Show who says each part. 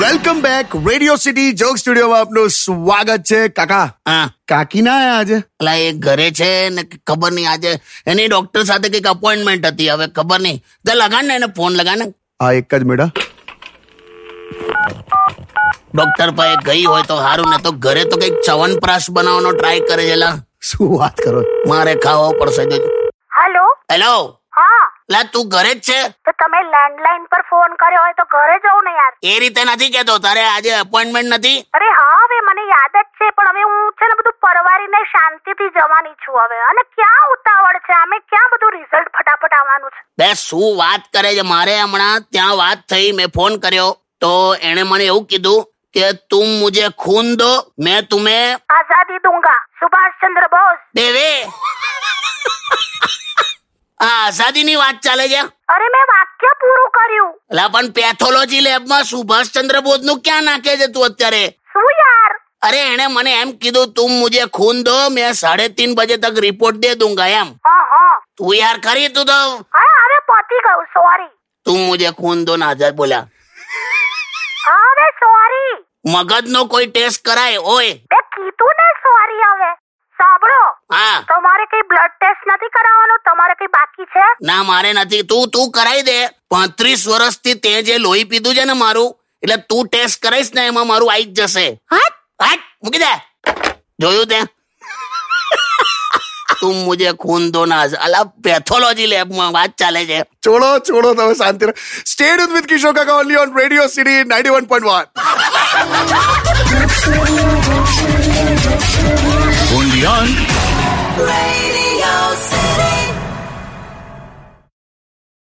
Speaker 1: Welcome back radio city જોક સ્ટુડિયોમાં આપનું સ્વાગત છે કાકા
Speaker 2: હા
Speaker 1: કાકી ના આયા આજે
Speaker 2: એટલે એ ઘરે છે ને ખબર નહીં આજે એની ડોક્ટર સાથે કઈક અપોઇન્ટમેન્ટ હતી હવે ખબર નહીં તો લગાડ ને એને ફોન લગાડ ને
Speaker 1: હા એક જ મેડા
Speaker 2: ડોક્ટર પાસે ગઈ હોય તો સારું ને તો ઘરે તો કઈક ચવનપ્રાશ બનાવવાનો ટ્રાય કરે છે લા.
Speaker 1: શું વાત કરો છો?
Speaker 2: મારે ખાવો પડશે જો
Speaker 3: હેલો
Speaker 2: હેલો
Speaker 3: હા
Speaker 2: લા તું ઘરે જ છે
Speaker 3: તો તમે લેન્ડલાઈન પર ફોન કર્યો હોય તો ઘરે જવું ને યાર
Speaker 2: એ રીતે નથી કેતો તારે આજે અપોઇન્ટમેન્ટ નથી
Speaker 3: અરે હા હવે મને યાદ જ છે પણ હવે હું છે ને બધું પરવારીને શાંતિથી જવાની છું હવે અને ક્યાં ઉતાવળ છે આમે ક્યાં બધું રિઝલ્ટ ફટાફટ આવવાનું છે
Speaker 2: બે શું વાત કરે છે મારે હમણાં ત્યાં વાત થઈ મેં ફોન કર્યો તો એણે મને એવું કીધું કે તું મુજે ખૂન દો મેં તુમે
Speaker 3: આઝાદી દુંગા સુભાષચંદ્ર બોઝ
Speaker 2: દેવે આ આઝાદીની વાત ચાલે છે
Speaker 3: અરે મેં વાક્ય પૂરું કર્યું
Speaker 2: અલા પણ પેથોલોજી લેબમાં સુભાષચંદ્ર બોઝનું ક્યાં નાખે છે તું અત્યારે
Speaker 3: શું યાર
Speaker 2: અરે એણે મને એમ કીધું તું મુજે ખૂન દો મેં સાડે તીન બજે તક રિપોર્ટ દે દૂંગા એમ
Speaker 3: હા હા
Speaker 2: તું યાર ખરી તું તો
Speaker 3: હા હવે પતી ગયું સોરી
Speaker 2: તું મુજે ખૂન દો ને આઝાદ બોલ્યા
Speaker 3: હા હવે સોરી
Speaker 2: મગજનો કોઈ ટેસ્ટ કરાય ઓય
Speaker 3: બે કીધું ને સોરી હવે સાંભળો
Speaker 2: હા
Speaker 3: તમારે કઈ બ્લડ ટેસ્ટ નથી કરાવવાનો તમારે કઈ બાકી છે
Speaker 2: ના મારે નથી તું તું કરાઈ દે પાંત્રીસ વર્ષથી તે જે લોહી પીધું છે ને મારું એટલે તું ટેસ્ટ કરાઈશ ને એમાં મારું આવી જ જશે હાટ, હાટ, મૂકી દે જોયું તે તું મુજે ખૂન દો ના અલા પેથોલોજી લેબમાં વાત ચાલે છે
Speaker 1: છોડો છોડો તમે શાંતિ સ્ટેડ વિથ કિશોર કાકા only on radio city ninety one point one
Speaker 4: only on